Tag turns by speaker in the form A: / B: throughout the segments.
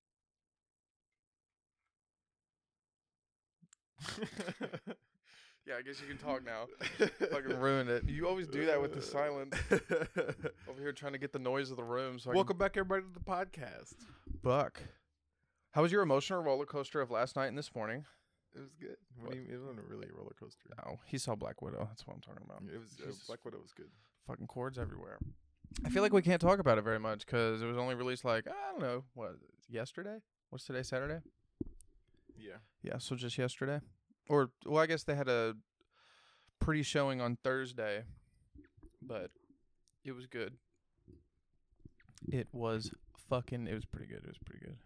A: yeah, I guess you can talk now. Fucking ruined it. You always do that with the silence. Over here trying to get the noise of the room. So I can-
B: Welcome back, everybody, to the podcast.
A: Buck. How was your emotional roller coaster of last night and this morning?
B: It was good. What do you, it wasn't really a roller coaster.
A: Oh, he saw Black Widow. That's what I'm talking about.
B: It was uh,
A: Jesus.
B: Black Widow was good.
A: Fucking cords everywhere. I feel like we can't talk about it very much because it was only released like I don't know what yesterday. What's today? Saturday.
B: Yeah,
A: Yeah, so just yesterday, or well, I guess they had a pretty showing on Thursday, but it was good. It was fucking. It was pretty good. It was pretty good.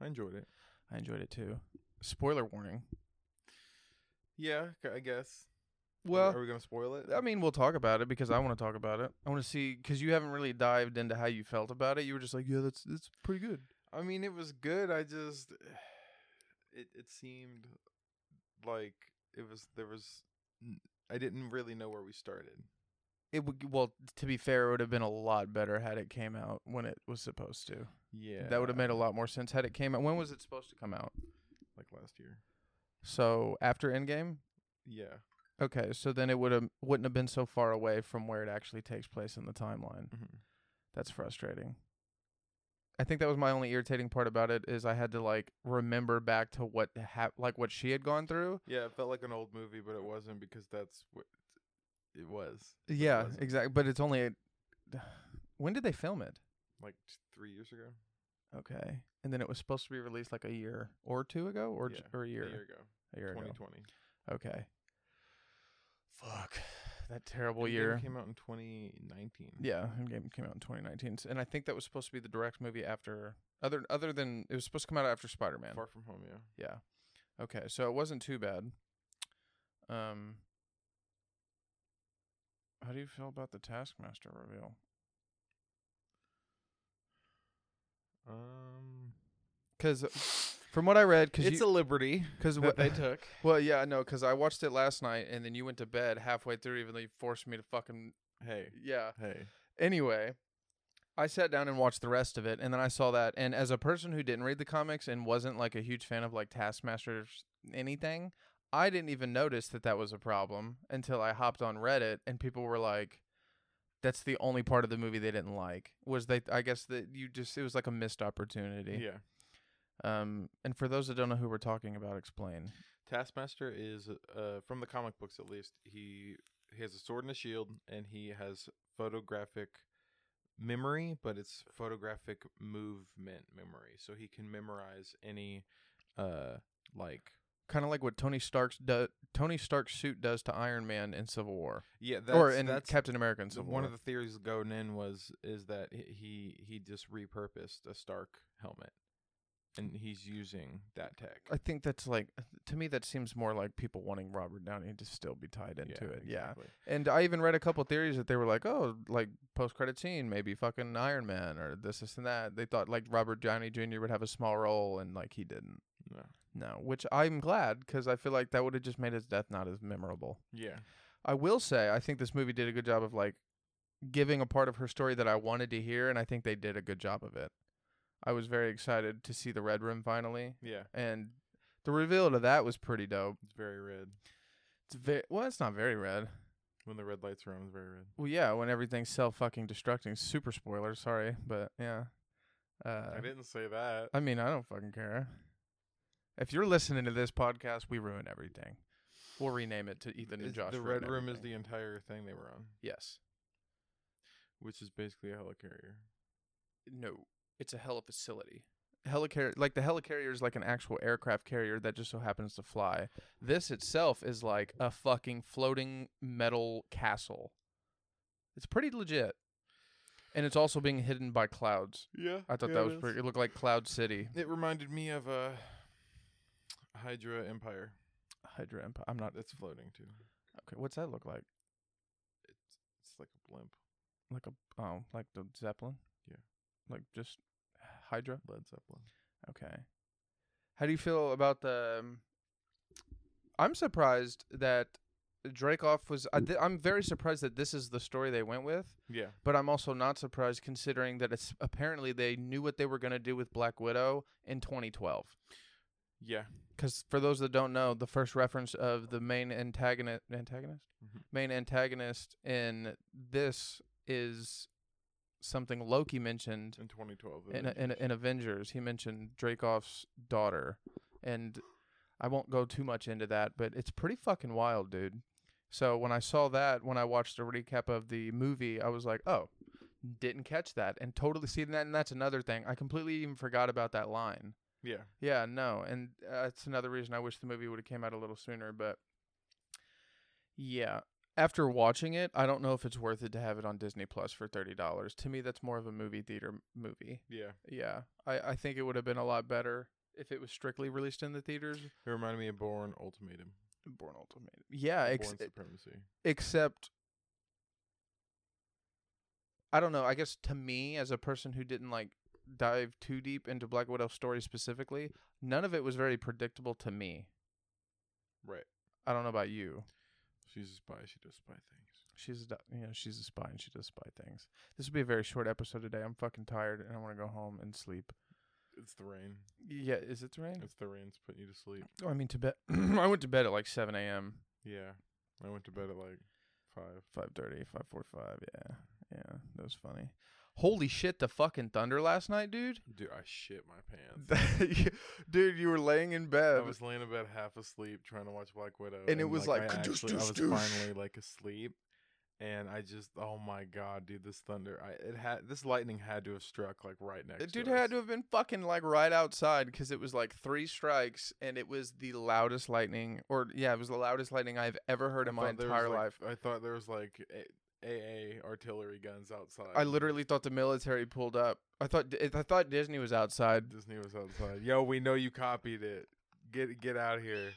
B: I enjoyed it.
A: I enjoyed it too. Spoiler warning.
B: Yeah, c- I guess.
A: Well,
B: are we gonna spoil it?
A: I mean, we'll talk about it because I want to talk about it. I want to see because you haven't really dived into how you felt about it. You were just like, yeah, that's that's pretty good.
B: I mean, it was good. I just it it seemed like it was there was n- I didn't really know where we started.
A: It would well, to be fair, it would have been a lot better had it came out when it was supposed to.
B: Yeah,
A: That would have made a lot more sense had it came out. When was it supposed to come out?
B: like last year.
A: So after Endgame.
B: Yeah.
A: Okay, so then it would have wouldn't have been so far away from where it actually takes place in the timeline.
B: Mm-hmm.
A: That's frustrating. I think that was my only irritating part about it is I had to like remember back to what hap- like what she had gone through.
B: Yeah, it felt like an old movie, but it wasn't because that's what it was.
A: Yeah,
B: wasn't.
A: exactly. But it's only when did they film it?
B: Like t- three years ago,
A: Okay, and then it was supposed to be released like a year or two ago, or j
B: Yeah,
A: or a year,
B: a year ago,
A: a year ago.
B: 2020.
A: Okay. Fuck that terrible
B: Endgame
A: year.
B: came out in 2019.
A: Yeah, Endgame came out in 2019, s- and I think that was supposed to be the direct movie after other other than it was supposed to come out after Spider Man.
B: Far from Home. Yeah,
A: Yeah. Okay, so it wasn't too bad. Um, how do you feel about the Taskmaster reveal?
B: um,
A: Because from what I read, because
B: a liberty
A: because
B: that they took.
A: Well, yeah, no, because I watched it last night, and then you went to bed halfway through, even though you forced me to fucking
B: Hey,
A: yeah.
B: hey,
A: Anyway, I sat down and watched the rest of it, and then I saw that. And as a person who didn't read the comics and wasn't like a huge fan of like Taskmaster's anything, I didn't even notice that that was a problem until I hopped on Reddit and people were like, "That's the only part of the movie they didn't like." Was they? I guess that you just it was like a missed opportunity.
B: yeah.
A: Um, and for those that don't know who we're talking about, explain.
B: Taskmaster is uh from the comic books at least. He he has a sword and a shield, and he has photographic memory, but it's photographic movement memory, so he can memorize any uh like
A: Kind of like what Tony Stark's do- Tony Stark's suit does to Iron Man in Civil War,
B: yeah that's,
A: or in
B: that's
A: Captain America in
B: So
A: Civil
B: one
A: War.
B: of the theories going in was is that h- he he just repurposed a Stark helmet, and he's using that tech.
A: I think that's like to me that seems more like people wanting Robert Downey to still be tied into it. Yeah.
B: exactly.
A: And I even read a couple theories that they were like, oh, like post credit scene, maybe fucking Iron Man or this, this and that. They thought like Robert Downey Jr. would have a small role and like he didn't.
B: No.
A: No, which I'm glad because I feel like that would have just made his death not as memorable.
B: Yeah.
A: I will say I think this movie did a good job of like giving a part of her story that I wanted to hear, and I think they did a good job of it. I was very excited to see the Red Room finally
B: Yeah.
A: and the reveal to that was pretty dope.
B: It's very red
A: It's very well, it's not very red.
B: when the red lights are on. It's very red.
A: Well, yeah, when everything's self fucking destructing. Super spoiler, sorry, but yeah. Uh,
B: I didn't say that.
A: I mean, I don't fucking care. If you're listening to this podcast, we ruin everything. We'll rename it to Ethan and
B: Is-
A: Josh.
B: The
A: Ruin
B: red room is
A: Everything.
B: the entire thing they were on,
A: yes.
B: which is basically a helicarrier.
A: No, it's a hella facility. Helicarrier, like the helicarrier is like an actual aircraft carrier that just so happens to fly. This itself is like a fucking floating metal castle. It's pretty legit, and it's also being hidden by clouds.
B: Yeah.
A: I thought that was pretty. It looked like Cloud City,
B: It reminded me of a Hydra Empire
A: Hydra Empire. I'm not
B: that's floating too.
A: okay. What's that look like?
B: It's it's like a blimp.
A: Like a oh, like the Zeppelin.
B: Yeah.
A: like just Hydra.
B: Led Zeppelin.
A: Okay. How do you feel about the? um, I'm surprised that Dracoff was. I th- I'm very surprised that this is the story they went with,
B: Yeah.
A: but I'm also not surprised considering that it's apparently they knew what they were going to do with Black Widow in 2012.
B: Yeah.
A: because for those that don't know, the first reference of the main antagonist, antagonist,
B: Mhm.
A: main antagonist in this is something Loki mentioned
B: In 2012.
A: in a- in, a- in Avengers. He mentioned Dracoff's daughter, and I won't go too much into that, but it's pretty fucking wild, dude. So when I saw that, when I watched a recap of the movie, I was like, oh, didn't catch that, and totally see that. And that's another thing. I completely even forgot about that line.
B: yeah.
A: Yeah, no, and uh, that's another reason I wish the movie would have came out a little sooner. But yeah, after watching it, I don't know if it's worth it to have it on Disney Plus for thirty dollars. To me, that's more of a movie theater m- movie.
B: Yeah.
A: Yeah, I I think it would have been a lot better if it was strictly released in the theaters.
B: It reminded me of Born Ultimatum.
A: Born Ultimate. Yeah,
B: Born
A: ex-
B: Supremacy.
A: except I don't know. I guess to me, as a person who didn't like dive too deep into Black Widow's story specifically, none of it was very predictable to me.
B: Right.
A: I don't know about you.
B: She's a spy. She does spy things.
A: She's a, do- you know she's a spy and she does spy things. This will be a very short episode today. I'm fucking tired and I want to go home and sleep.
B: It's the rain.
A: Yeah, is it the rain?
B: It's the rain. It's putting you to sleep.
A: Oh, I mean to bed. I went to bed at like 7 a.m.
B: Yeah. I went to bed at like five.
A: 5:30, 5:45. Yeah, yeah, that was funny. Holy shit! The fucking thunder last night, dude.
B: Dude, I shit my pants.
A: That- dude, you were laying in
B: I
A: bed.
B: was laying in bed half asleep trying to watch Black Widow.
A: And it was like,
B: I,
A: "Kadoosh,
B: actually, I
A: doosh,
B: was
A: doosh."
B: finally like asleep. And I just, oh my god, dude, this thunder! I it had this lightning had to have struck like right next.
A: The dude
B: to us.
A: had to have been fucking like right outside because it was like three strikes and it was the loudest lightning, or yeah, it was the loudest lightning I've ever heard in my
B: I thought there
A: entire
B: was, like-
A: life.
B: I thought there was like a- AA artillery guns outside.
A: I literally thought the military pulled up. I thought Di- I thought Disney was outside.
B: Disney was outside. Yo, we know you copied it. Get get out here.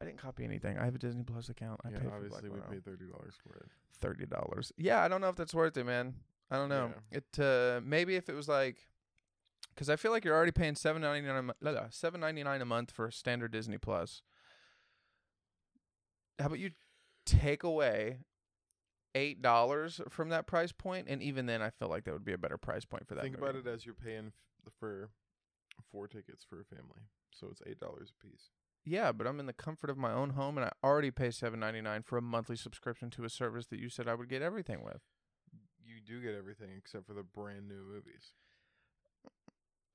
A: I didn't copy anything. I have a Disney Plus account. I
B: yeah,
A: paid
B: obviously
A: for
B: we
A: Black Widow.
B: paid thirty dollars for it.
A: thirty dollars. Yeah, I don't know if that's worth it, man. I don't know. It uh, maybe if it was like, because I feel like you're already paying seven ninety nine seven ninety nine a month for standard Disney Plus. How about you take away eight dollars from that price point, and even then, I feel like that would be a better price point for that.
B: Think
A: movie.
B: about it as you're paying f- for four tickets for a family, so it's eight dollars a piece.
A: Yeah, but I'm in the comfort of my own home, and I already pay seven ninety nine for a monthly subscription to a service that you said I would get everything with.
B: You do get everything except for the brand new movies,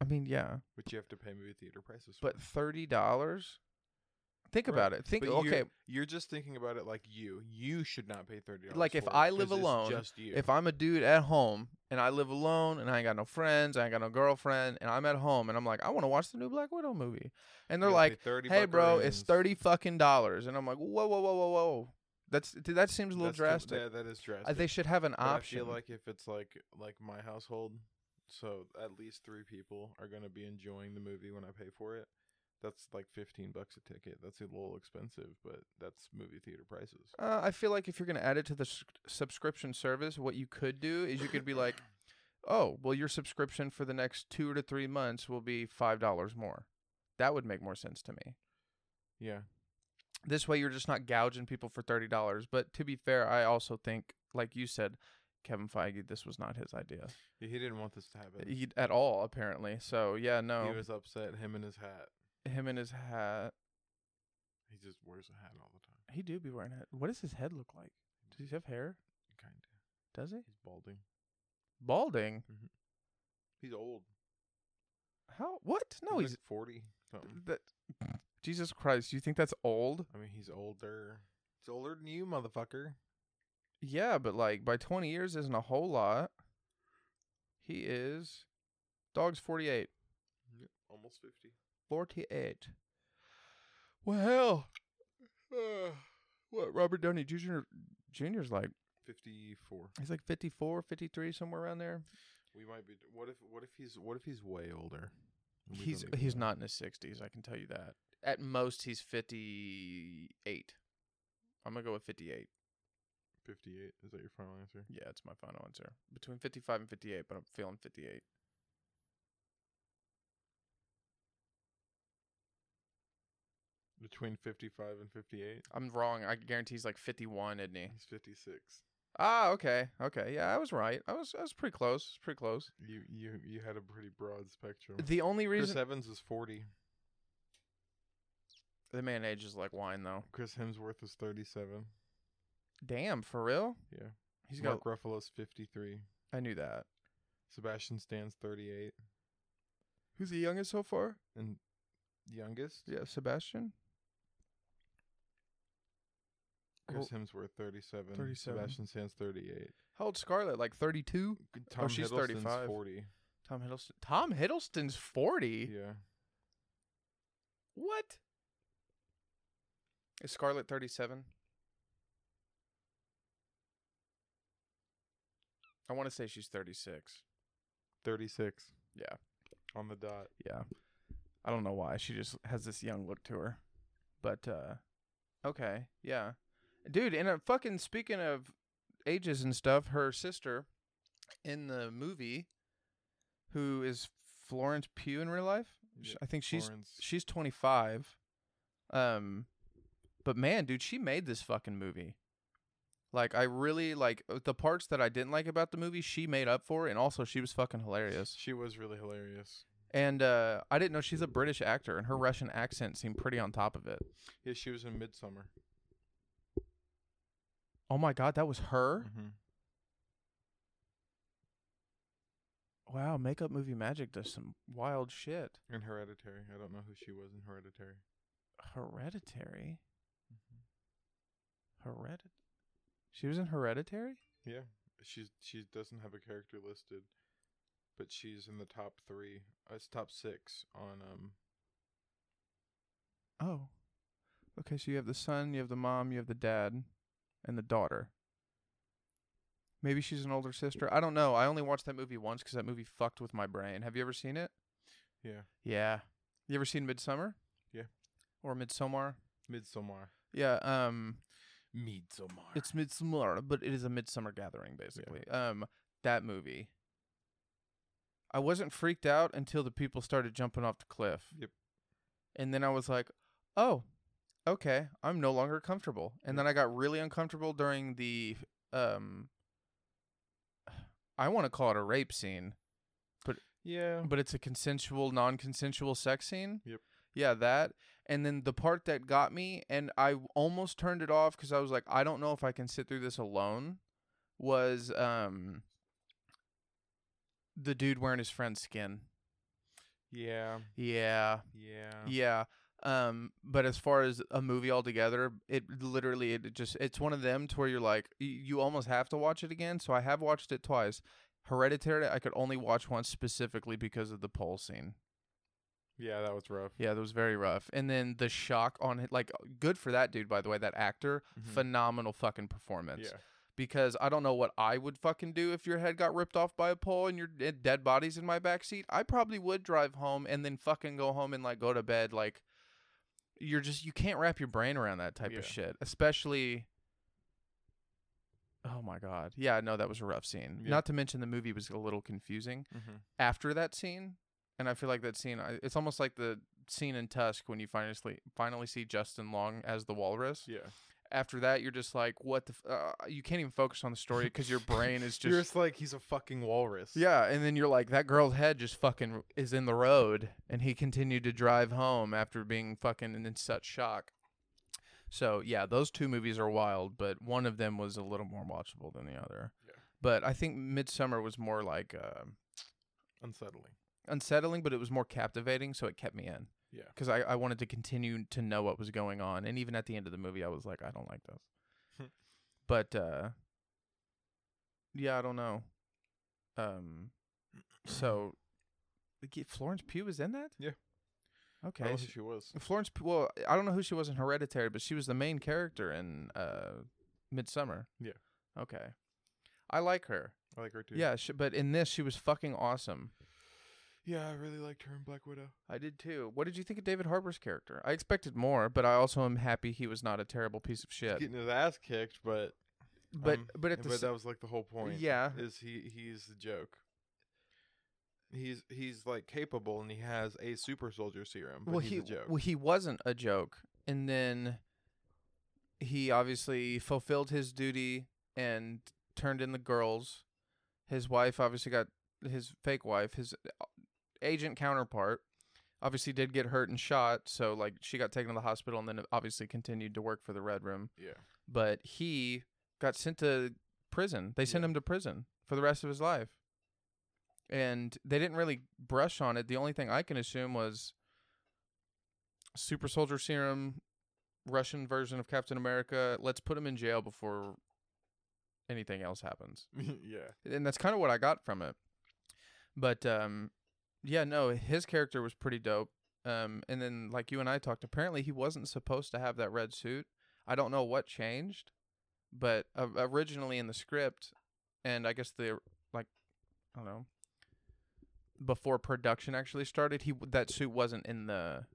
A: I mean, yeah.
B: which you have to pay movie theater prices. for.
A: but thirty dollars. Think
B: Right.
A: about it. Think
B: But you-
A: okay.
B: you're just thinking about it like you. You should not pay thirty dollars.
A: Like, if I live alone,
B: just you.
A: If I'm a dude at home and I live alone and I ain't got no friends, I ain't got no girlfriend, and I'm at home and I'm like, I want to watch the new Black Widow movie, and they're
B: You gotta pay
A: like,
B: 30
A: Hey, bro, it's
B: buckarins.
A: thirty fucking dollars, and I'm like, Whoa, whoa, whoa, whoa, whoa. That's dude, that seems a little
B: That's com-
A: drastic.
B: Yeah, that is drastic.
A: Uh, they should have an
B: But
A: option.
B: I feel like if it's like like my household, so at least three people are gonna be enjoying the movie when I pay for it. That's like fifteen bucks a ticket. That's a little expensive, but that's movie theater prices.
A: Uh, I feel like if you're going to add it to the s- subscription service, what you could do is you could be like, oh, well, your subscription for the next two to three months will be $5 more. That would make more sense to me.
B: Yeah,
A: This way, you're just not gouging people for $30. But to be fair, I also think, like you said, Kevin Feige, this was not his idea
B: he he didn't want this to happen. He,
A: he, at all, apparently. So, yeah, no.
B: was upset. Him and his hat.
A: him and his hat.
B: He just wears a hat all the time.
A: He do be wearing a hat. What does his head look like? Does he have hair?
B: Kind of.
A: Does he?
B: He's balding.
A: Balding?
B: He's old.
A: How? What? No, he's
B: like forty something.
A: Th- That Jesus Christ, you think that's old?
B: I mean, he's older. He's older than you, motherfucker.
A: Yeah, but like by 20 years isn't a whole lot. He is dog's 48.
B: Almost fifty.
A: 48. Well, uh, what Robert Downey Jr. Jr.'s like
B: Fifty-four.
A: he's like 54, 53 somewhere around there.
B: We might be. What if? What if he's? What if he's way older? and we
A: He's
B: don't even
A: he's
B: know?
A: not in his 60s, I can tell you that. At most he's 58. I'm going to go with 58.
B: 58. Is that your final answer?
A: Yeah, it's my final answer. Between 55 and 58, but I'm feeling 58.
B: Between 55 and 58.
A: I'm wrong. I guarantee he's like 51, isn't he?
B: He's 56.
A: Ah, okay, okay. Yeah, I was right. I was, I was pretty close. It's pretty close.
B: You you you had a pretty broad spectrum.
A: The only
B: Chris
A: reason,
B: Evans is 40.
A: The man ages like wine, though.
B: Chris Hemsworth is 37.
A: Damn, for real?
B: Yeah.
A: He's got.
B: Mark Ruffalo's 53.
A: I knew that.
B: Sebastian Stan's 38.
A: Who's the youngest so far?
B: And youngest?
A: Yeah, Sebastian.
B: Chris Hemsworth, 37.
A: 37.
B: Sebastian Stan's 38.
A: How old Scarlett? Like thirty-two.
B: Tom
A: oh, she's
B: Hiddleston's
A: 35.
B: 40.
A: Tom Hiddleston. Tom Hiddleston's forty.
B: Yeah.
A: What? Is Scarlett 37? I want to say she's 36.
B: 36.
A: Yeah.
B: On the dot.
A: Yeah. I don't know why. She just has this young look to her. But uh okay, yeah. Dude, and uh, fucking speaking of ages and stuff, her sister in the movie who is Florence Pugh in real life? sh-
B: Yeah,
A: I think she's
B: Florence.
A: she's 25 um but man dude she made this fucking movie like i really like uh, the parts that i didn't like about the movie she made up for and also she was fucking hilarious
B: She was really hilarious.
A: and uh i didn't know she's a british actor and her russian accent seemed pretty on top of it
B: Yeah, she was in Midsummer.
A: oh my god that was her
B: Mm-hmm.
A: wow makeup movie magic does some wild shit
B: In Hereditary. I don't know who she was in Hereditary. Mm-hmm.
A: hereditary heredit she was in hereditary
B: Yeah. She's she doesn't have a character listed, but she's in the top three. Uh, it's top six on um
A: Oh. Okay, so you have the son, you have the mom, you have the dad, and the daughter. Maybe she's an older sister. I don't know. I only watched that movie once 'cause that movie fucked with my brain. Have you ever seen it?
B: yeah.
A: Yeah. You ever seen Midsummer?
B: Yeah.
A: Or Midsommar?
B: Midsummer.
A: Yeah. Um,
B: Midsummer.
A: it's Midsummer, but it is a Midsummer Gathering, basically. Um, that movie. I wasn't freaked out until the people started jumping off the cliff.
B: Yep.
A: And then I was like, "Oh, okay, I'm no longer comfortable." And then I got really uncomfortable during the um. I want to call it a rape scene,
B: yeah.
A: but it's a consensual, non-consensual sex scene.
B: Yep.
A: Yeah, that. And then the part that got me, and I almost turned it off because I was like, I don't know if I can sit through this alone. Was um. The dude wearing his friend's skin.
B: Yeah.
A: Yeah.
B: Yeah.
A: Yeah. Um, but as far as a movie altogether, it literally it just it's one of them to where you're like y- you almost have to watch it again. So I have watched it twice. Hereditary, I could only watch once specifically because of the pole scene.
B: Yeah, that was rough.
A: Yeah, that was very rough. And then the shock on it, like good for that dude by the way, that actor,
B: Mhm.
A: phenomenal fucking performance.
B: Yeah.
A: Because I don't know what I would fucking do if your head got ripped off by a pole and your d- dead body's in my backseat. I probably would drive home and then fucking go home and like go to bed like you're just you can't wrap your brain around that type
B: Yeah.
A: of shit, especially. Oh my god, yeah, no, that was a rough scene.
B: Yeah.
A: Not to mention the movie was a little confusing
B: Mm-hmm.
A: after that scene, and I feel like that scene. I- It's almost like the scene in Tusk when you finally finally see Justin Long as the Walrus.
B: Yeah.
A: After that, you're just like, what the? F- uh, you can't even focus on the story because your brain is just
B: You're just like he's a fucking walrus.
A: yeah, and then you're like, that girl's head just fucking is in the road, and he continued to drive home after being fucking in such shock. So yeah, those two movies are wild, but one of them was a little more watchable than the other.
B: Yeah.
A: But I think Midsummer was more like um
B: Unsettling.
A: unsettling, but it was more captivating, so it kept me in
B: Yeah.
A: because I, I wanted to continue to know what was going on. And even at the end of the movie, I was like, I don't like
B: Hmm.
A: this. but uh, yeah, I don't know. Um, so like, Florence Pugh was in that.
B: Yeah. I
A: Okay.
B: don't know
A: so-
B: who she was.
A: Florence. P- Well, I don't know who she was in Hereditary, but she was the main character in uh, Midsummer.
B: Yeah.
A: Okay. I like her.
B: I like her too.
A: Yeah, sh but in this, she was fucking awesome.
B: Yeah, I really liked her in Black Widow.
A: I did too. What did you think of David Harbour's character? I expected more, but I also am happy he was not a terrible piece of shit.
B: Getting his ass kicked, but
A: but
B: um,
A: but at the
B: but
A: sa-
B: that was like the whole point.
A: yeah,
B: is he he's the joke. He's he's like capable and he has a super soldier serum. But
A: well
B: he's
A: he
B: a joke.
A: well he wasn't a joke, and then he obviously fulfilled his duty and turned in the girls. His wife obviously got his fake wife, his uh, agent counterpart. obviously did get hurt and shot, so like she got taken to the hospital and then obviously continued to work for the Red Room.
B: Yeah.
A: But he got sent to prison. They sent
B: Yeah.
A: him to prison for the rest of his life. And they didn't really brush on it. The only thing I can assume was super soldier serum, Russian version of Captain America. Let's put him in jail before anything else happens
B: yeah.
A: and that's kind of what I got from it. But um, yeah, no, his character was pretty dope. Um, and then like you and I talked, apparently he wasn't supposed to have that red suit. I don't know what changed, but uh, originally in the script, and I guess the like, I don't know. Before production actually started, he w- that suit wasn't in the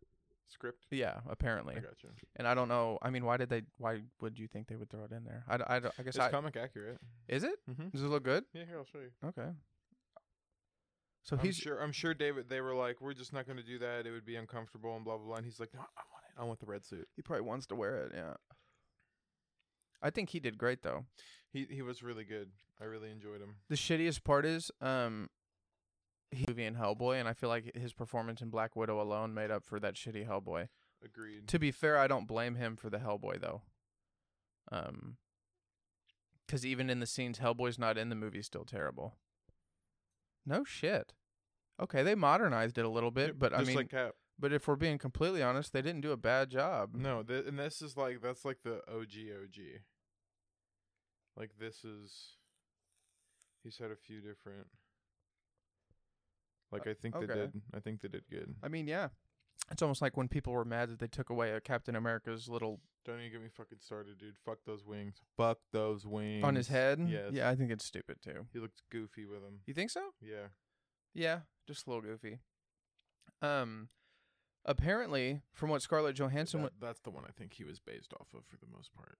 B: Script.
A: yeah apparently,
B: I gotcha.
A: and I don't know. I mean, why did they? Why would you think they would throw it in there? I, d- I, d- I guess
B: It's
A: I,
B: comic accurate.
A: is it?
B: Mm-hmm.
A: Does it look good?
B: Yeah, here I'll show you.
A: Okay. So
B: I'm
A: he's
B: sure. I'm sure David. They were like, "We're just not going to do that. It would be uncomfortable and blah blah blah." And he's like, "No, I want it. I want the red suit."
A: he probably wants to wear it. Yeah. I think he did great though.
B: He he was really good. I really enjoyed him.
A: The shittiest part is um he movie in Hellboy and I feel like his performance in Black Widow alone made up for that shitty Hellboy.
B: Agreed.
A: To be fair, I don't blame him for the Hellboy though. Um cuz even in the scenes Hellboy's not in the movie's still terrible. No shit. Okay, they modernized it a little bit,
B: Yep,
A: but I
B: just
A: mean
B: like Cap.
A: but if we're being completely honest, they didn't do a bad job.
B: No, th- and this is like that's like the OG OG. Like this is. He's had a few different. Like I think they
A: okay.
B: did. I think they did good.
A: I mean, yeah. It's almost like when people were mad that they took away a Captain America's little
B: Don't even get me fucking started, dude. Fuck those wings. Fuck those wings.
A: on his head.
B: Yes.
A: Yeah, I think it's stupid too.
B: He looked goofy with him.
A: You think so?
B: Yeah.
A: Yeah, just a little goofy. Um apparently from what Scarlett Johansson wa-
B: That- that's the one I think he was based off of for the most part.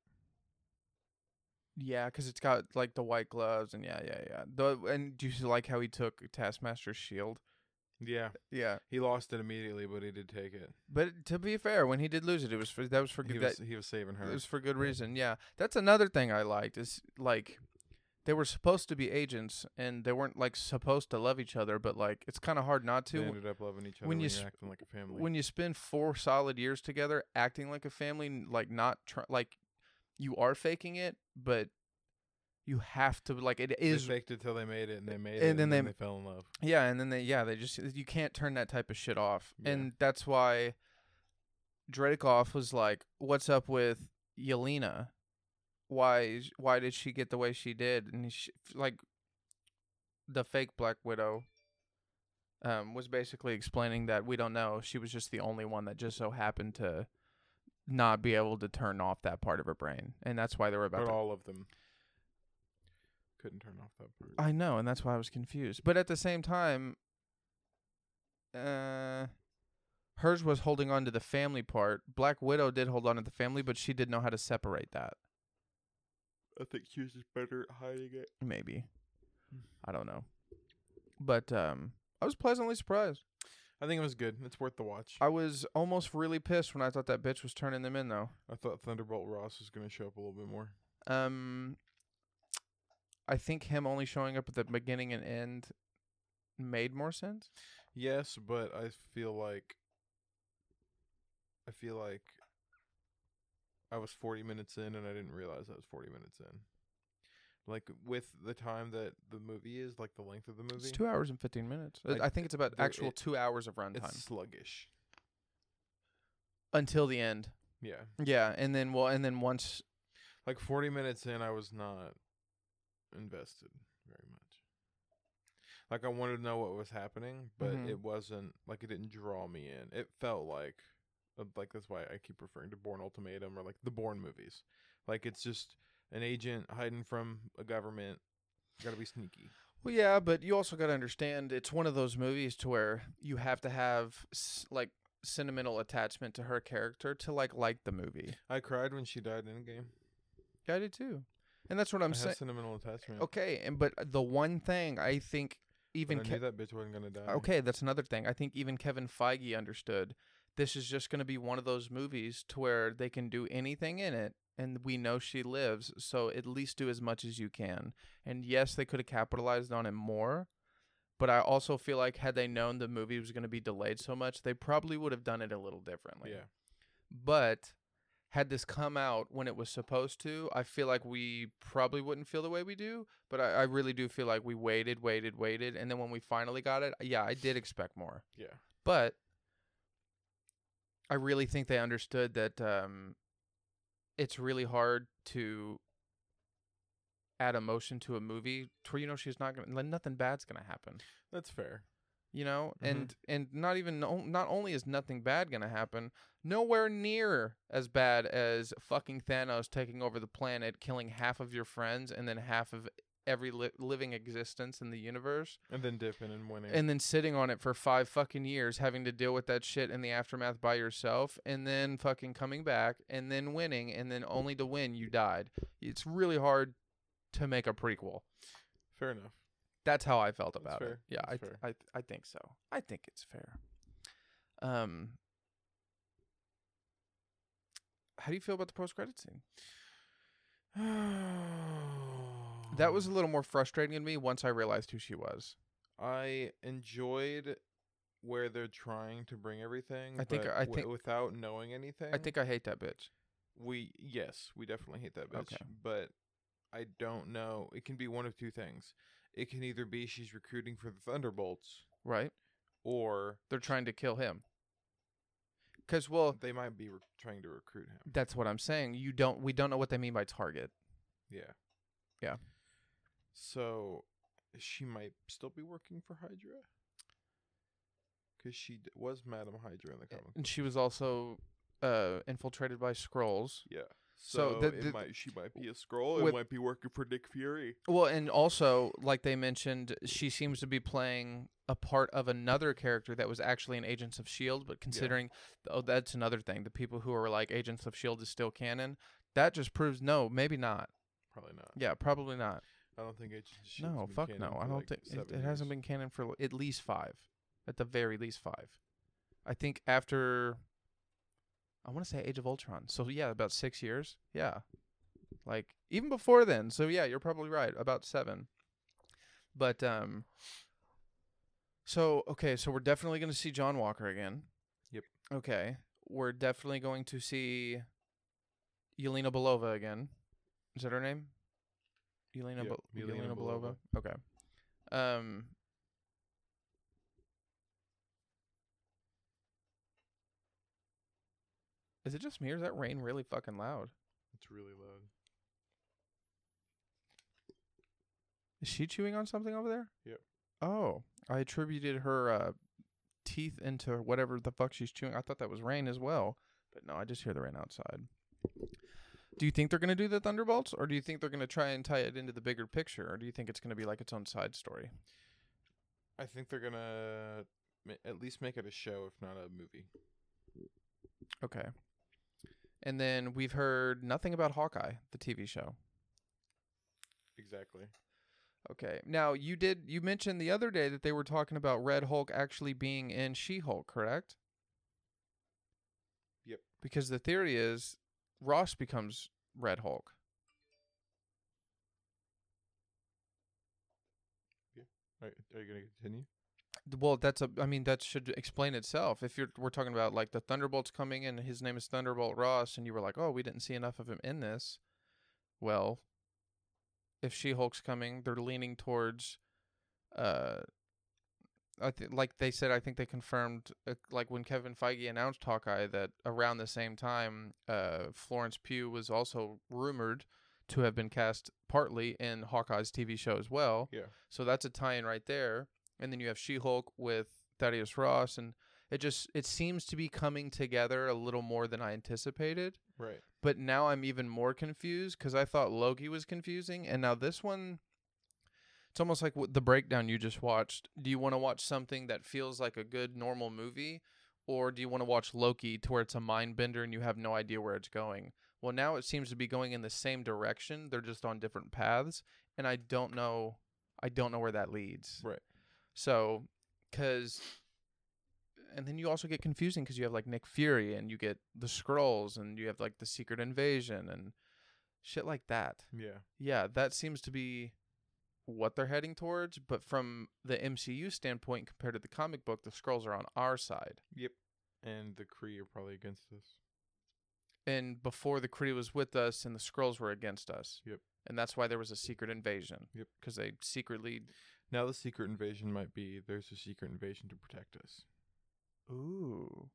A: Yeah, cuz it's got like the white gloves and yeah, yeah, yeah. The and do you like how he took Taskmaster's shield?
B: Yeah,
A: Yeah.
B: he lost it immediately, but he did take it.
A: But to be fair, when he did lose it, it was for that was for
B: He
A: good that,
B: was, he was saving her.
A: It was for good reason. Yeah. That's another thing I liked is like they were supposed to be agents and they weren't like supposed to love each other, but like it's kind of hard not
B: they
A: to
B: ended up loving each
A: when
B: other when,
A: you
B: you're
A: sp-
B: acting like a family.
A: when you spend four solid years together acting like a family, n- like not tr- like you are faking it, but you have to like it
B: they
A: is
B: faked it till they made it, and they made
A: and
B: it, and
A: then
B: then,
A: they-
B: they fell in love.
A: Yeah, and then they yeah, they just you can't turn that type of shit off.
B: Yeah.
A: And that's why Dracoff was like, "What's up with Yelena? Why is- why did she get the way she did?" And she, like the fake Black Widow um was basically explaining that we don't know, she was just the only one that just so happened to not be able to turn off that part of her brain. And that's why they were about
B: But
A: to
B: all of them couldn't turn off that part.
A: I know, and that's why I was confused. But at the same time, uh, hers was holding on to the family part. Black Widow did hold on to the family, but she did know how to separate that.
B: I think she was just better at hiding it.
A: Maybe,
B: Hmm.
A: I don't know. But um, I was pleasantly surprised.
B: I think it was good. It's worth the watch. I,
A: I was almost really pissed when I thought that bitch was turning them in, though.
B: thought Thunderbolt Ross was gonna show up a little bit more.
A: Um, I think him only showing up at the beginning and end made more sense.
B: Yes, but I feel like I feel like I was 40 minutes in and I didn't realize I was 40 minutes in. Like with the time that the movie is, like the length of the movie,
A: It's two hours and fifteen minutes. I-
B: Like,
A: I think it's about
B: there-
A: actual
B: it-
A: two hours of
B: it's
A: runtime.
B: sluggish.
A: until the end.
B: Yeah.
A: Yeah, and then well, and then once
B: Like 40 minutes in I was not invested very much. Like I wanted to know what was happening, but
A: Mhm.
B: it wasn't like it didn't draw me in. It felt like uh, like that's why I keep referring to Born Ultimatum or like the Born movies. Like it's just an agent hiding from a government. Got to be sneaky.
A: well, yeah, but you also got to understand it's one of those movies to where you have to have s- like sentimental attachment to her character to like like the movie.
B: I cried when she died in game.
A: Yeah, I did too, and that's what I'm
B: I
A: saying.
B: have sentimental attachment.
A: Okay, and but the one thing I think
B: but
A: even
B: I
A: Ke-
B: knew that bitch wasn't gonna die.
A: okay, that's another thing. I think even Kevin Feige understood this is just going to be one of those movies to where they can do anything in it and we know she lives, so at least do as much as you can. And yes, they could have capitalized on it more, But I also feel like had they known the movie was going to be delayed so much, they probably would have done it a little differently.
B: yeah.
A: But had this come out when it was supposed to, I feel like we probably wouldn't feel the way we do. But I, I really do feel like we waited, waited, waited, and then when we finally got it, yeah, I did expect more.
B: Yeah.
A: But I really think they understood that um, it's really hard to add emotion to a movie to where you know she's not gonna like, nothing bad's gonna happen
B: That's fair.
A: you know
B: Mhm.
A: and and not even no- not only is nothing bad going to happen nowhere near as bad as fucking thanos taking over the planet killing half of your friends and then half of every li- living existence in the universe
B: And then dipping and winning.
A: and then sitting on it for five fucking years having to deal with that shit in the aftermath by yourself and then fucking coming back and then winning and then only to win you died it's really hard to make a prequel
B: fair enough.
A: that's how I felt
B: That's
A: about it.
B: fair.
A: Yeah,
B: That's
A: I, th-
B: fair.
A: I th- I think so. I think it's fair. Um, how do you feel about the post credit scene? That was a little more frustrating to me once I realized who she was.
B: I enjoyed where they're trying to bring everything.
A: I think-
B: but
A: I
B: wi-
A: think-
B: without knowing anything.
A: I think I hate that bitch.
B: we yes we definitely hate that bitch.
A: Okay.
B: But I don't know. It can be one of two things. It can either be she's recruiting for the Thunderbolts,
A: Right?
B: or
A: They're trying to kill him. Cause well,
B: they might be re- trying to recruit him.
A: that's what I'm saying. You don't. We don't know what they mean by target.
B: Yeah.
A: Yeah.
B: So she might still be working for Hydra. Because she d- was Madam Hydra in the comic.
A: And she was also uh infiltrated by scrolls.
B: Yeah.
A: So
B: So,
A: the-
B: it
A: the-
B: might she might be a scroll.
A: with-
B: it might be working for Nick Fury.
A: Well, and also, like they mentioned, she seems to be playing a part of another character that was actually in Agents of S.H.I.E.L.D., E but considering, oh, that's another thing. The people who are like, Agents of S.H.I.E.L.D. E is still canon, that just proves no, maybe not.
B: Probably not.
A: Yeah, probably not.
B: I E don't think it's.
A: no, fuck no. I don't think it, it hasn't been canon for at least five, at the very least five. I think after, I want to say Age of Ultron. So, yeah, about six years. Yeah. Like, even before then. So, yeah, you're probably right. About seven. But, um, so, okay, so we're definitely going to see John Walker again.
B: Yep.
A: Okay. We're definitely going to see Yelena Belova again. Is that her name? Yelena,
B: Yep,
A: Be-
B: Yelena
A: Yelena Belova.
B: Belova.
A: Okay. Um, is it just me or is that rain really fucking loud?
B: It's really loud.
A: Is she chewing on something over there?
B: Yep.
A: Oh, I attributed her uh, teeth into whatever the fuck she's chewing. I thought that was rain as well, but no, I just hear the rain outside. Do you think they're going to do the Thunderbolts, or do you think they're going to try and tie it into the bigger picture, or do you think it's going to be like its own side story?
B: I think they're gonna ma- at least make it a show, if not a movie.
A: Okay. And then we've heard nothing about Hawkeye, the TV show.
B: Exactly.
A: Okay. Now you did you mentioned the other day that they were talking about Red Hulk actually being in She-Hulk, correct?
B: Yep.
A: Because the theory is Ross becomes Red Hulk.
B: Are, are you gonna continue?
A: Well, that's a I mean that should explain itself. If you're we're talking about like the Thunderbolts coming in, his name is Thunderbolt Ross and you were like, "Oh, we didn't see enough of him in this." Well, if She-Hulk's coming, they're leaning towards uh I th- like they said I think they confirmed uh, like when Kevin Feige announced Hawkeye that around the same time uh Florence Pugh was also rumored to have been cast partly in Hawkeye's TV show as well.
B: Yeah.
A: So that's a tie-in right there. And then you have She-Hulk with Thaddeus Ross, and it just it seems to be coming together a little more than I anticipated.
B: Right.
A: But now I'm even more confused because I thought Loki was confusing, and now this one. It's almost like what the breakdown you just watched. Do you want to watch something that feels like a good normal movie, or do you want to watch Loki to where it's a mind bender and you have no idea where it's going? Well, now it seems to be going in the same direction. They're just on different paths, and I don't know. I don't know where that leads.
B: Right.
A: So, because, and then you also get confusing because you have like Nick Fury and you get the Scrolls and you have like the Secret Invasion and shit like that.
B: Yeah.
A: Yeah, that seems to be what they're heading towards, but from the MCU standpoint compared to the comic book, the scrolls are on our side.
B: Yep. And the Kree are probably against us.
A: And before the Kree was with us and the scrolls were against us.
B: Yep.
A: And that's why there was a secret invasion.
B: Yep.
A: Because they secretly
B: Now the secret invasion might be there's a secret invasion to protect us.
A: Ooh.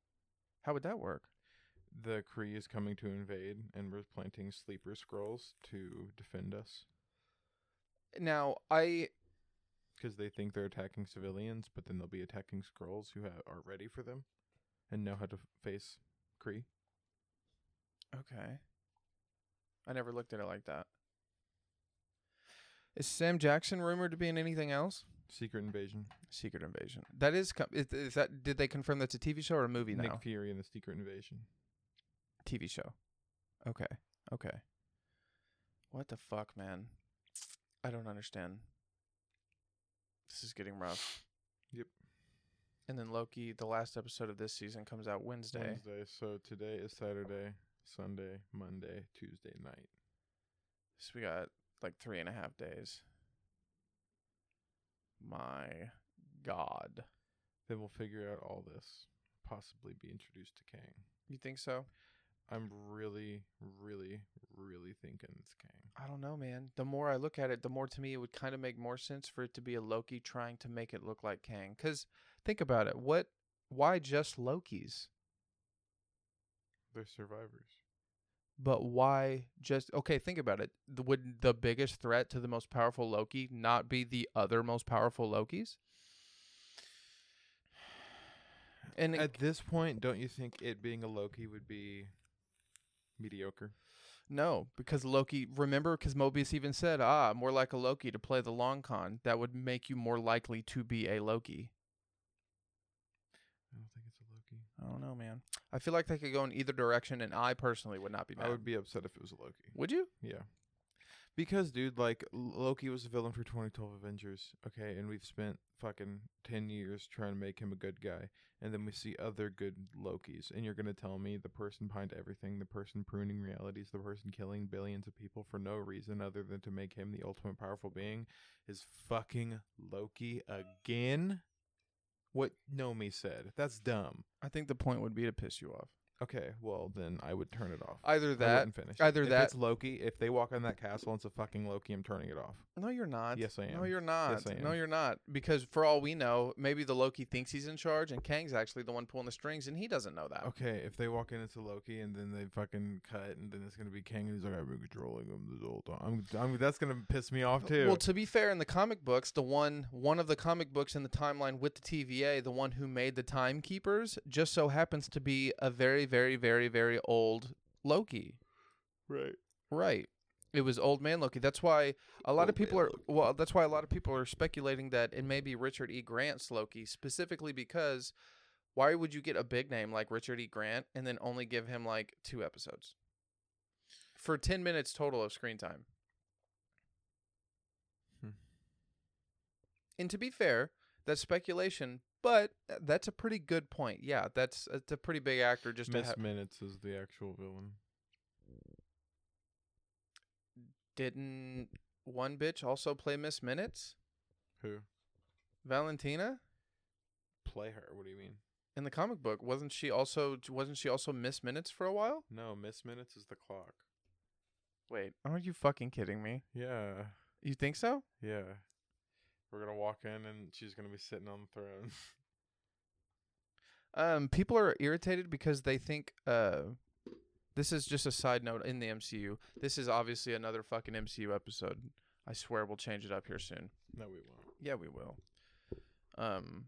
A: How would that work?
B: The Kree is coming to invade, and we're planting sleeper scrolls to defend us
A: Now, I
B: because they think they're attacking civilians, but then they'll be attacking scrolls who ha- are ready for them and know how to f- face Kree.
A: Okay. I never looked at it like that. Is Sam Jackson rumored to be in anything else?
B: Secret invasion.
A: Secret Invasion. That is, com- is, is that did they confirm that's a TV show or a movie now?
B: Nick Fury and the secret invasion.
A: TV show. Okay. Okay. What the fuck, man? I don't understand. This is getting rough.
B: Yep.
A: And then Loki, the last episode of this season comes out Wednesday.
B: Wednesday. So today is Saturday, Sunday, Monday, Tuesday night.
A: So we got like three and a half days. My God.
B: Then we'll figure out all this. Possibly be introduced to Kang.
A: You think so?
B: I'm really, really, really thinking it's Kang.
A: I don't know, man. The more I look at it, the more to me it would kind of make more sense for it to be a Loki trying to make it look like Kang. Because think about it. What? Why just Loki's?
B: They're survivors.
A: But why just. Okay, think about it. The- Would the biggest threat to the most powerful Loki not be the other most powerful Loki's? And
B: At this point, don't you think it being a Loki would be mediocre?
A: No, because Loki. Remember, because Mobius even said, "Ah, more like a Loki to play the long con. That would make you more likely to be a Loki."
B: I don't think it's a Loki.
A: I don't know, man. I feel like they could go in either direction, and I personally would not be mad.
B: I would be upset if it was a Loki.
A: Would you?
B: Yeah. Because, dude, like, L- Loki was a villain for 2012 Avengers, okay? And we've spent fucking 10 years trying to make him a good guy. And then we see other good Lokis. And you're going to tell me the person behind everything, the person pruning realities, the person killing billions of people for no reason other than to make him the ultimate powerful being is fucking Loki again? What Nomi said. That's dumb.
A: I think the point would be to piss you off.
B: Okay, well, then I would turn it off.
A: Either
B: I
A: that.
B: wouldn't finish.
A: either
B: if
A: that-
B: it's Loki. If they walk on that castle and it's a fucking Loki, I'm turning it off.
A: No, you're not.
B: Yes, I
A: No,
B: am.
A: you're not.
B: Yes, I
A: No,
B: am.
A: you're not. Because for all we know, maybe the Loki thinks he's in charge, and Kang's actually the one pulling the strings, and he doesn't know that.
B: Okay, if they walk in it's a Loki and then they fucking cut and then it's gonna be King and he's like I've been controlling him this whole time. I'm, I'm, that's gonna piss me off too.
A: Well, to be fair, in the comic books, the one one of the comic books in the timeline with the TVA, the one who made the timekeepers, just so happens to be a very, very, very, very old Loki.
B: right.
A: Right. It was old man Loki. That's why a lot of
B: Old man
A: people are
B: Loki.
A: well. That's why a lot of people are speculating that it may be Richard E. Grant's Loki, specifically because why would you get a big name like Richard E. Grant and then only give him like two episodes for ten minutes total of screen time?
B: Hmm.
A: And to be fair, that's speculation, but that's a pretty good point. Yeah, that's it's a pretty big actor just to
B: Miss
A: ha-
B: Minutes is the actual villain.
A: didn't one bitch also play Miss Minutes?
B: Who?
A: Valentina
B: Play her. What do you mean?
A: in the comic book wasn't she also wasn't she also Miss Minutes for a while?
B: No, Miss Minutes is the clock.
A: Wait, are you fucking kidding me?
B: Yeah.
A: You think so?
B: Yeah. We're gonna walk in and she's gonna be sitting on the throne.
A: Um, people are irritated because they think uh, this is just a side note in the MCU. This is obviously another fucking MCU episode. I swear we'll change it up here soon.
B: no, we won't.
A: Yeah, we will. Um,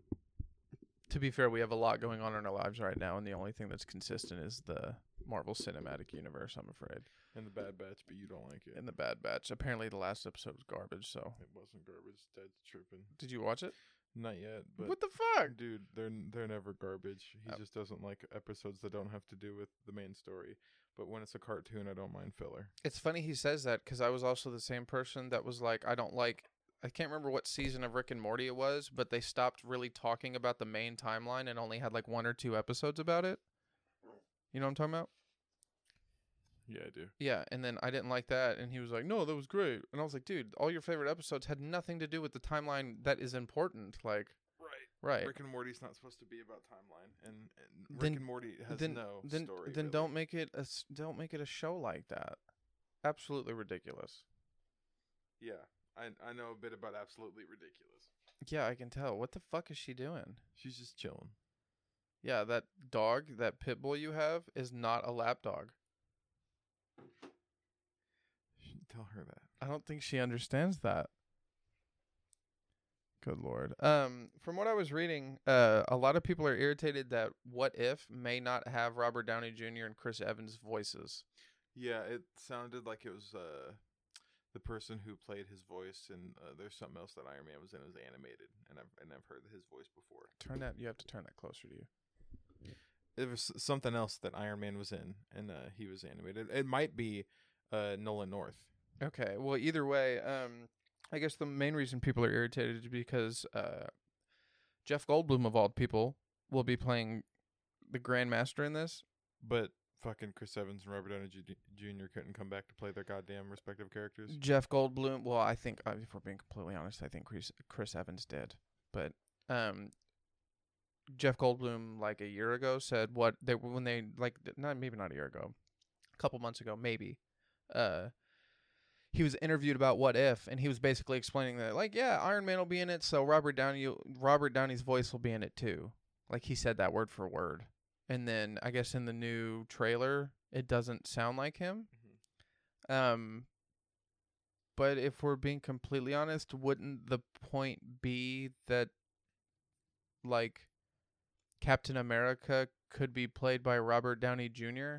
A: to be fair, we have a lot going on in our lives right now, and the only thing that's consistent is the Marvel Cinematic Universe. I'm afraid.
B: In the Bad Batch, but you don't like it.
A: In the Bad Batch, apparently the last episode was garbage. So,
B: It wasn't garbage. Dad's tripping.
A: did you watch it?
B: Not yet, but
A: what the fuck?
B: dude, they're n- they're never garbage. He
A: Oh.
B: just doesn't like episodes that don't have to do with the main story. But when it's a cartoon, I don't mind filler.
A: It's funny he says that because I was also the same person that was like, I don't like. I can't remember what season of Rick and Morty it was, but they stopped really talking about the main timeline and only had like one or two episodes about it. You know what I'm talking about?
B: Yeah, I do.
A: Yeah, and then I didn't like that, and he was like, "No, that was great," and I was like, "Dude, all your favorite episodes had nothing to do with the timeline that is important." Like,
B: Right.
A: right?
B: Rick and Morty's not supposed to be about timeline, and, and Rick
A: Then-
B: and Morty has
A: then
B: no
A: then
B: story.
A: then
B: really.
A: don't make it a s- don't make it a show like that. Absolutely ridiculous.
B: Yeah, I I know a bit about absolutely ridiculous.
A: Yeah, I can tell. What the fuck is she doing?
B: She's just chilling.
A: Yeah, that dog, that pit bull you have, is not a lap dog.
B: Shouldn't tell her that.
A: I don't think she understands that. Good lord. Um, from what I was reading, uh, a lot of people are irritated that What If may not have Robert Downey Jr. and Chris Evans' voices.
B: Yeah, it sounded like it was uh the person who played his voice, and uh, there's something else that Iron Man was in. It was animated, and I've and I've heard his voice before.
A: Turn that. You have to turn that closer to you.
B: There was s- something else that Iron Man was in, and uh, he was animated. It might be uh Nolan North.
A: Okay. Well, either way, um, I guess the main reason people are irritated is because uh, Jeff Goldblum of all people will be playing the Grandmaster in this.
B: But fucking Chris Evans and Robert Downey Ju- Jr. couldn't come back to play their goddamn respective characters.
A: Jeff Goldblum. Well, I think uh, if we're being completely honest, I think Chris Chris Evans did, but um, Jeff Goldblum like a year ago said what they when they like th- not maybe not a year ago, a couple months ago maybe, uh, he was interviewed about what if, and he was basically explaining that like yeah, Iron Man will be in it, so Robert Downey Robert Downey's voice will be in it too. Like he said that word for word, and then I guess in the new trailer it doesn't sound like him. Um, but if we're being completely honest, wouldn't the point be that like Captain America could be played by Robert Downey Jr.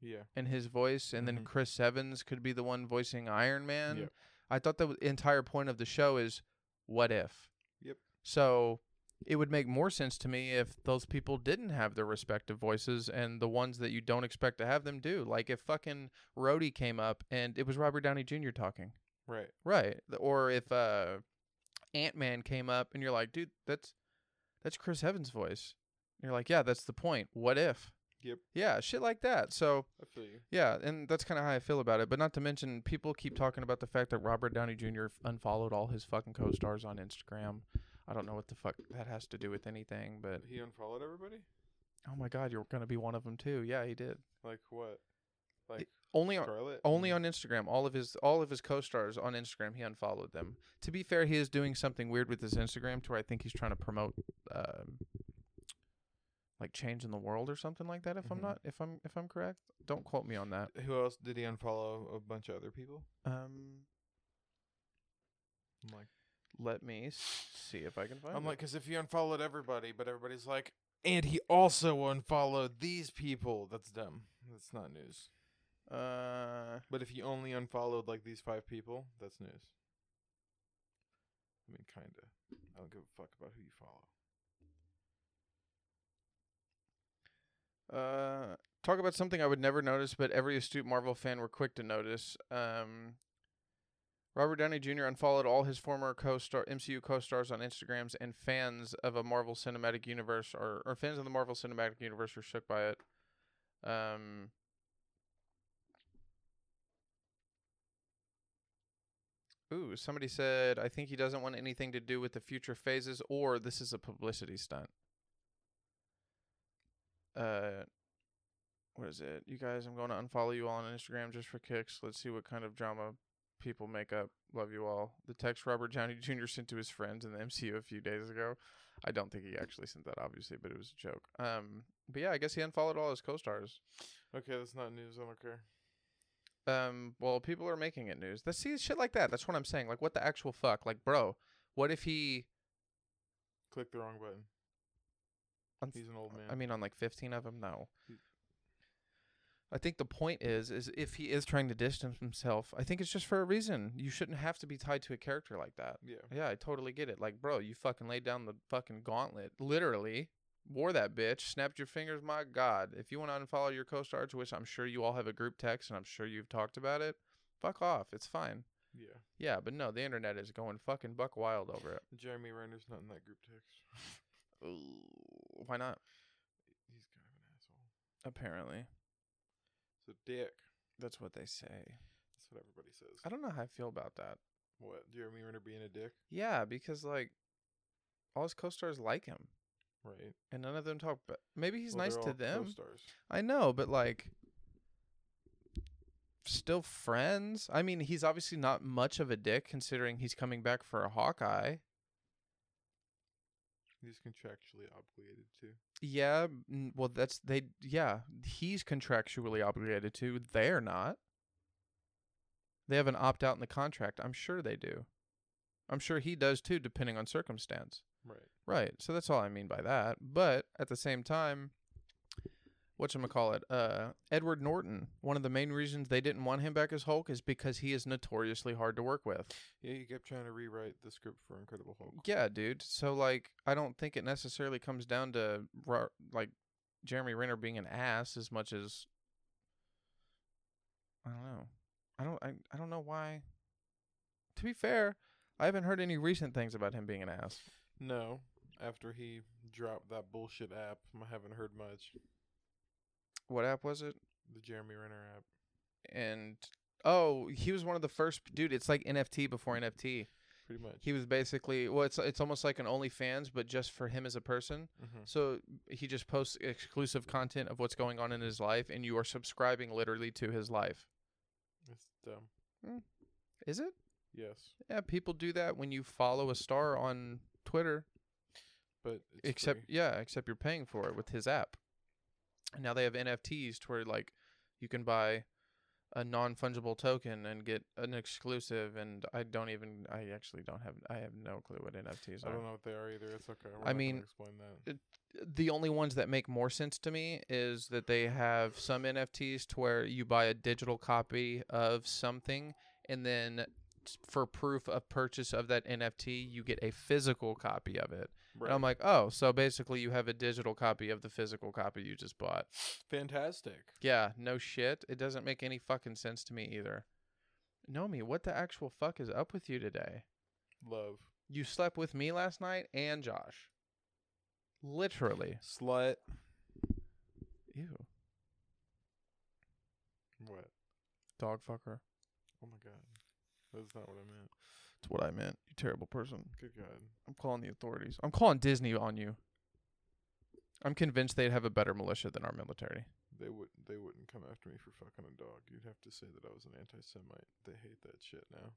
B: Yeah.
A: in his voice, and then
B: Mhm.
A: Chris Evans could be the one voicing Iron Man?
B: Yep.
A: I thought the entire point of the show is what if.
B: Yep.
A: So it would make more sense to me if those people didn't have their respective voices and the ones that you don't expect to have them do. Like if fucking Rhodey came up and it was Robert Downey Jr. talking.
B: Right.
A: Right. The- Or if uh Ant Man came up and you're like, dude, that's that's Chris Evans' voice. And you're like, yeah, that's the point. What if?
B: Yep.
A: Yeah, shit like that. So
B: I feel you.
A: yeah, and that's kind of how I feel about it. But not to mention, people keep talking about the fact that Robert Downey Jr. unfollowed all his fucking co-stars on Instagram. I don't know what the fuck that has to do with anything, but
B: He unfollowed everybody.
A: oh my god, you're gonna be one of them too. Yeah, he did.
B: Like what? Like
A: Only on
B: Scarlet.
A: only on Instagram. All of his all of his co-stars on Instagram, he unfollowed them. To be fair, he is doing something weird with his Instagram to where I think he's trying to promote um like change in the world or something like that if
B: Mhm.
A: I'm not if I'm if I'm correct. Don't quote me on that.
B: Who else did he unfollow? A bunch of other people.
A: Um
B: I'm like,
A: let me s- see if I can find
B: I'm
A: it.
B: like, because if he unfollowed everybody, but everybody's like, and he also unfollowed these people. That's dumb. That's not news.
A: uh
B: But if he only unfollowed like these five people, that's news. I mean, kinda. I don't give a fuck about who you follow.
A: Uh, talk about something I would never notice, but every astute Marvel fan were quick to notice. Um, Robert Downey Jr. unfollowed all his former co-star MCU co-stars on Instagrams, and fans of a Marvel Cinematic Universe or, or fans of the Marvel Cinematic Universe were shook by it. Um, ooh, somebody said, "I think he doesn't want anything to do with the future phases, or this is a publicity stunt." uh what is it? You guys, I'm going to unfollow you all on Instagram just for kicks. Let's see what kind of drama people make up. Love you all. The text Robert Downey Jr. sent to his friends in the MCU a few days ago. I don't think he actually sent that, obviously, but it was a joke. Um, but yeah, I guess he unfollowed all his co-stars.
B: Okay, that's not news. I don't care.
A: Um, well, people are making it news. That see shit like that. That's what I'm saying. Like, what the actual fuck? Like, bro, what if he?
B: Click the wrong button.
A: unf-
B: He's an old man.
A: I mean, on like 15 of them, no.
B: He-
A: I think the point is, is if he is trying to distance himself, I think it's just for a reason. You shouldn't have to be tied to a character like that.
B: yeah.
A: Yeah, I totally get it. Like, bro, you fucking laid down the fucking gauntlet, literally. Wore that bitch, snapped your fingers. My God, if you want to unfollow your co-star, to which I'm sure you all have a group text, and I'm sure you've talked about it, fuck off. It's fine.
B: Yeah.
A: Yeah, but no, the internet is going fucking buck wild over it.
B: Jeremy Renner's not in that group text.
A: Why not?
B: He's kind of an asshole.
A: Apparently.
B: So dick.
A: That's what they say.
B: That's what everybody says.
A: I don't know how I feel about that.
B: What? Do you remember being a dick?
A: Yeah, because like all his co-stars like him,
B: Right.
A: and none of them talk. But maybe he's
B: Well,
A: nice
B: they're
A: to
B: all
A: them.
B: co-stars.
A: I know, but like still friends. I mean, he's obviously not much of a dick considering he's coming back for a Hawkeye.
B: He's contractually obligated to.
A: Yeah, n- well that's they yeah, he's contractually obligated to. They're not. They have an opt out in the contract. I'm sure they do. I'm sure he does too depending on circumstance.
B: Right.
A: Right. So that's all I mean by that. But at the same time, whatchamacallit, uh, Edward Norton, one of the main reasons they didn't want him back as Hulk is because he is notoriously hard to work with.
B: Yeah, you kept trying to rewrite the script for Incredible Hulk.
A: Yeah, dude. So, like, I don't think it necessarily comes down to, Ro- like, Jeremy Renner being an ass as much as. I don't know. I don't. I, I don't know why. To be fair, I haven't heard any recent things about him being an ass.
B: No. After he dropped that bullshit app, I haven't heard much.
A: What app was it?
B: The Jeremy Renner app.
A: and oh, he was one of the first dude. It's like NFT before NFT.
B: Pretty much.
A: He was basically well, it's it's almost like an OnlyFans, but just for him as a person.
B: Mhm.
A: So he just posts exclusive content of what's going on in his life, and you are subscribing literally to his life.
B: That's dumb.
A: Is it?
B: Yes.
A: Yeah, people do that when you follow a star on Twitter.
B: But it's
A: except
B: free.
A: yeah, except you're paying for it with his app. And now they have NFTs to where like you can buy a non fungible token and get an exclusive. And I don't even I actually don't have I have no clue what NFTs
B: I don't
A: are.
B: know what they are either. It's okay. We're
A: I
B: not gonna
A: mean,
B: explain that.
A: The only ones that make more sense to me is that they have some NFTs to where you buy a digital copy of something and then s- for proof of purchase of that NFT, you get a physical copy of it.
B: Right.
A: And I'm like, oh, so basically you have a digital copy of the physical copy you just bought.
B: Fantastic.
A: Yeah, no shit. It doesn't make any fucking sense to me either. Nomi, what the actual fuck is up with you today?
B: Love.
A: You slept with me last night and Josh. Literally.
B: Slut.
A: Ew.
B: What?
A: Dog fucker.
B: Oh my god. That's not what I meant.
A: That's what I meant. You terrible person.
B: Good god.
A: I'm calling the authorities. I'm calling Disney on you. I'm convinced they'd have a better militia than our military.
B: They would they wouldn't come after me for fucking a dog. You'd have to say that I was an anti Semite. They hate that shit now.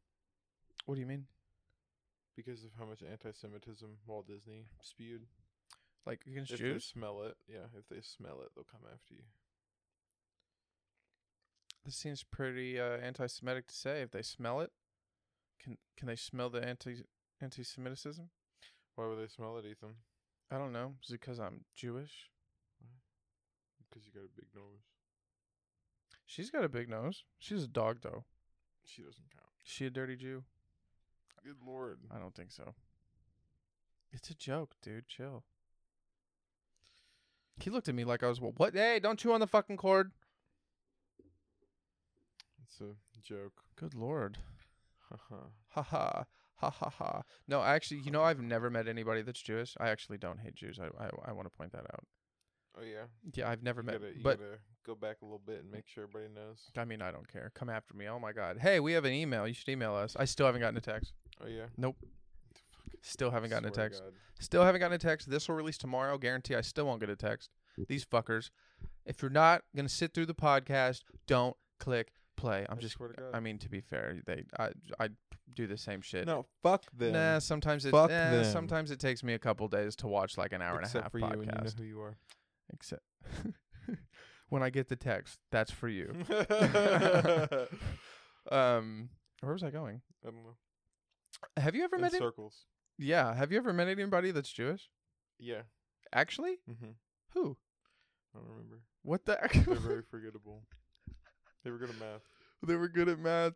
A: What do you mean?
B: Because of how much anti Semitism Walt Disney spewed.
A: Like against
B: If they
A: Jews?
B: smell it, yeah, if they smell it, they'll come after you.
A: This seems pretty uh, anti-Semitic to say. If they smell it, can can they smell the anti anti-Semitism?
B: Why would they smell it, Ethan?
A: I don't know. Is it because I'm Jewish?
B: Because you got a big nose.
A: She's got a big nose. She's a dog though.
B: She doesn't count.
A: Is she a dirty Jew?
B: Good lord.
A: I don't think so. It's a joke, dude. Chill. He looked at me like I was what? Hey, don't chew on the fucking cord.
B: It's a joke.
A: Good lord.
B: Haha.
A: Ha ha. Ha ha ha. No, actually, you know, I've never met anybody that's Jewish. I actually don't hate Jews. I I, I want to point that out.
B: oh yeah.
A: Yeah, I've never
B: You
A: met.
B: gotta, you
A: but
B: gotta go back a little bit and make sure everybody knows.
A: I mean, I don't care. Come after me. Oh my God. Hey, we have an email. You should email us. I still haven't gotten a text.
B: Oh yeah.
A: Nope. Still haven't gotten a
B: Swear to
A: text.
B: God.
A: Still haven't gotten a text. This will release tomorrow. Guarantee I still won't get a text. These fuckers. If you're not gonna sit through the podcast, don't click play. I'm
B: I
A: just.
B: swear to God.
A: I mean, to be fair, they. I. I do the same shit.
B: No, fuck them.
A: Nah. Sometimes it.
B: Fuck
A: eh,
B: them.
A: sometimes it takes me a couple days to watch like an hour and a
B: Except
A: half
B: for
A: podcast.
B: you, and you know who you are.
A: Except when I get the text, that's for you.
B: I Hmm.
A: Um, where was I going?
B: don't know.
A: Have you ever
B: In
A: met? any-
B: circles.
A: yeah. Have you ever met anybody that's Jewish?
B: Yeah.
A: Actually,
B: Mm-hmm.
A: who?
B: I don't remember.
A: What the?
B: They're very forgettable. They were good at math.
A: they were good at math.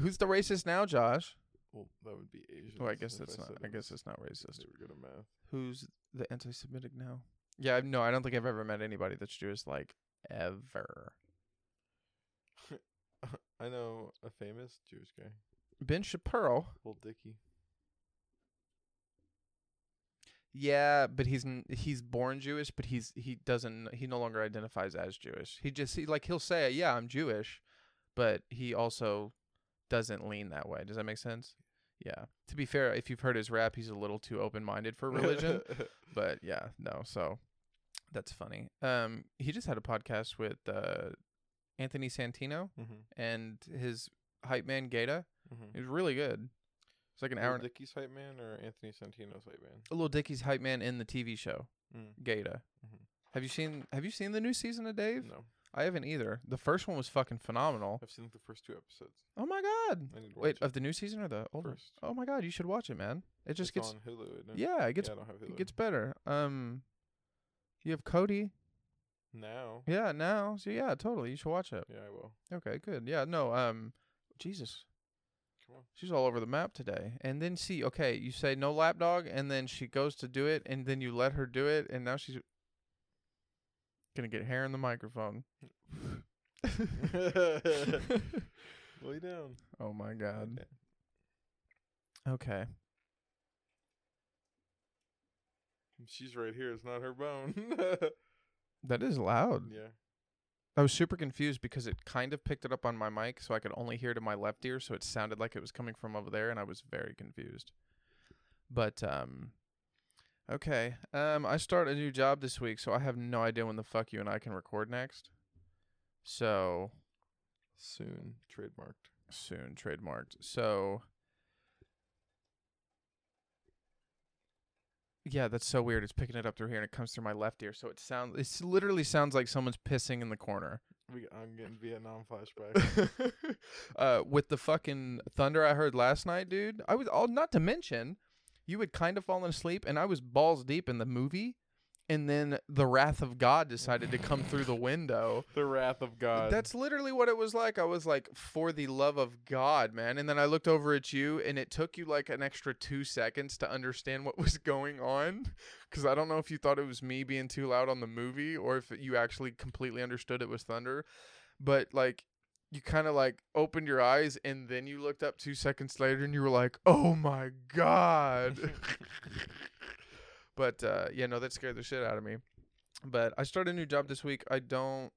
A: Who's the racist now, Josh?
B: Well, that would be Asian.
A: Well, I guess that's not. I guess it's not
B: They
A: racist.
B: were good at math.
A: Who's the anti-Semitic now? Yeah, no, I don't think I've ever met anybody that's Jewish like ever.
B: I know a famous Jewish guy,
A: Ben Shapiro.
B: Little Dicky.
A: Yeah, but he's n- he's born Jewish, but he's he doesn't he no longer identifies as Jewish. He just he like he'll say, "Yeah, I'm Jewish," but he also doesn't lean that way. Does that make sense? Yeah. To be fair, if you've heard his rap, he's a little too open minded for religion. but yeah, no. So that's funny. Um, he just had a podcast with uh, Anthony Santino
B: mm-hmm.
A: and his hype man Gata. It
B: Mm-hmm.
A: was really good. It's like an hour. and
B: Dickie's hype man or Anthony Santino's hype man?
A: Little Dicky's hype man in the TV show
B: Mm.
A: Gata.
B: Mhm.
A: Have you seen Have you seen the new season of Dave?
B: No,
A: I haven't either. The first one was fucking phenomenal.
B: I've seen the first two episodes.
A: Oh my god!
B: I need to
A: Wait,
B: watch
A: of the new season or the
B: it
A: older?
B: first.
A: Oh my god, you should watch it, man. It just
B: It's
A: gets
B: on Hulu. Isn't it?
A: yeah, it gets
B: Yeah, I don't have Hulu.
A: it gets better. Um, you have Cody.
B: now.
A: Yeah, now so yeah, totally. You should watch it.
B: Yeah, I will.
A: Okay, good. Yeah, no. Um, Jesus,
B: Come on.
A: she's all over the map today. And then see, okay, you say no lap dog, and then she goes to do it, and then you let her do it, and now she's gonna get hair in the microphone.
B: Lay down.
A: oh my god.
B: Okay.
A: Okay.
B: She's right here. It's not her bone.
A: That is loud.
B: yeah.
A: I was super confused because it kind of picked it up on my mic, so I could only hear to my left ear, so it sounded like it was coming from over there, and I was very confused. But um, okay, um, I start a new job this week, so I have no idea when the fuck you and I can record next. So
B: Soon trademarked.
A: soon trademarked. So yeah, that's so weird. It's picking it up through here, and it comes through my left ear, so it sounds. It literally sounds like someone's pissing in the corner.
B: We I'm getting Vietnam flashbacks.
A: uh, with the fucking thunder I heard last night, dude. I was all not to mention, you had kind of fallen asleep, and I was balls deep in the movie, and then the wrath of God decided to come through the window.
B: the wrath of God.
A: That's literally what it was like. I was like, for the love of God, man. And then I looked over at you, and it took you like an extra two seconds to understand what was going on. Because I don't know if you thought it was me being too loud on the movie or if you actually completely understood it was thunder. But like, you kind of like opened your eyes, and then you looked up two seconds later, and you were like, oh my God. but uh, yeah, no, that scared the shit out of me. But I started a new job this week. I don't.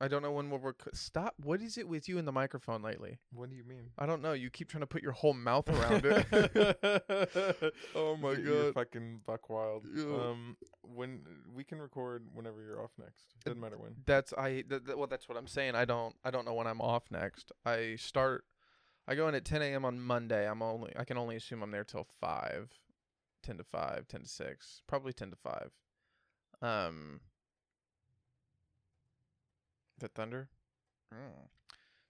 A: I don't know when we'll rec- stop. What is it with you and the microphone lately?
B: what do you mean?
A: I don't know. You keep trying to put your whole mouth around it. oh my
B: Get your
A: god!
B: fucking buck wild.
A: Yeah.
B: Um, when we can record whenever you're off next. Doesn't matter when.
A: That's I. Th- th- well, that's what I'm saying. I don't. I don't know when I'm off next. I start. I go in at 10 a.m. on Monday. I'm only. I can only assume I'm there till five, 10 to five, 10 to six, probably 10 to five. Um. The thunder. Mm.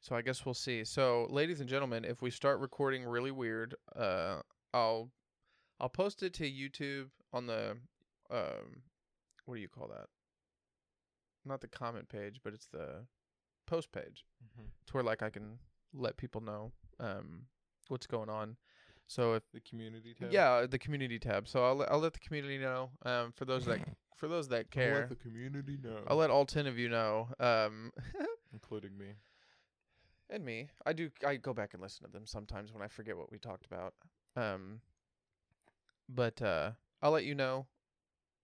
A: So I guess we'll see. So, ladies and gentlemen, if we start recording really weird, uh, I'll I'll post it to YouTube on the um, what do you call that? Not the comment page, but it's the post page.
B: Mm-hmm.
A: It's where like I can let people know um what's going on. So if
B: The community tab.
A: yeah, uh, the community tab. So I'll let- I'll let the community know. Um, for those that for those that
B: I'll
A: care,
B: let the community know,
A: I'll let all ten of you know. Um,
B: including me.
A: and me. I do. I go back and listen to them sometimes when I forget what we talked about. Um, but uh, I'll let you know,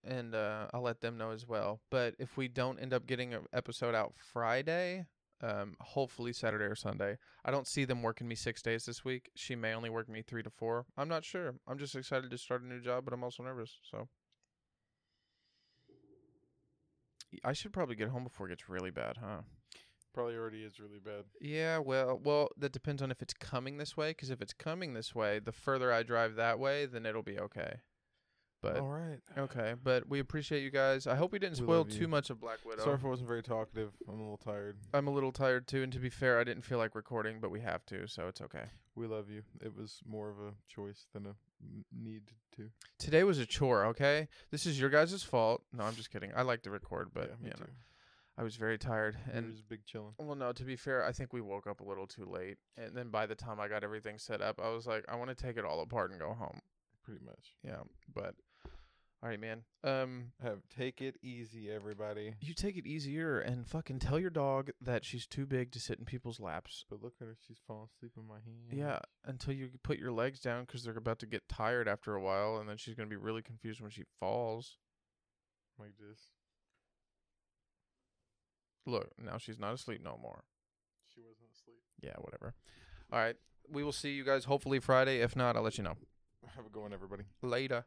A: and uh, I'll let them know as well. But if we don't end up getting an episode out Friday, um, hopefully Saturday or Sunday. I don't see them working me six days this week. She may only work me three to four. I'm not sure. I'm just excited to start a new job, but I'm also nervous. So. I should probably get home before it gets really bad, huh?
B: Probably already is really bad.
A: Yeah, well, well, that depends on if it's coming this way. Because if it's coming this way, the further I drive that way, then it'll be okay. But
B: All right.
A: okay, but we appreciate you guys. I hope we didn't
B: We
A: spoil
B: love you.
A: too much of Black Widow.
B: Sorry if I wasn't very talkative. I'm a little tired.
A: I'm a little tired too, and to be fair, I didn't feel like recording, but we have to, so it's okay.
B: We love you. It was more of a choice than a n- need to.
A: Today was a chore, okay? This is your guys' fault. No, I'm just kidding. I like to record, but you
B: me
A: know,
B: too.
A: I was very tired
B: And
A: and
B: it was big chilling.
A: Well, no, to be fair, I think we woke up a little too late. And then by the time I got everything set up, I was like, I want to take it all apart and go home.
B: Pretty much.
A: Yeah, but all right, man. Um,
B: Have take it easy, everybody.
A: you take it easier and fucking tell your dog that she's too big to sit in people's laps.
B: But look at her. She's falling asleep in my hand.
A: Yeah, until you put your legs down 'cause they're about to get tired after a while, and then she's gonna be really confused when she falls.
B: Like this.
A: Look, now she's not asleep no more.
B: She she wasn't asleep.
A: Yeah, whatever. All right. We will see you guys hopefully Friday. If not, I'll let you know.
B: Have a good one, everybody.
A: Later.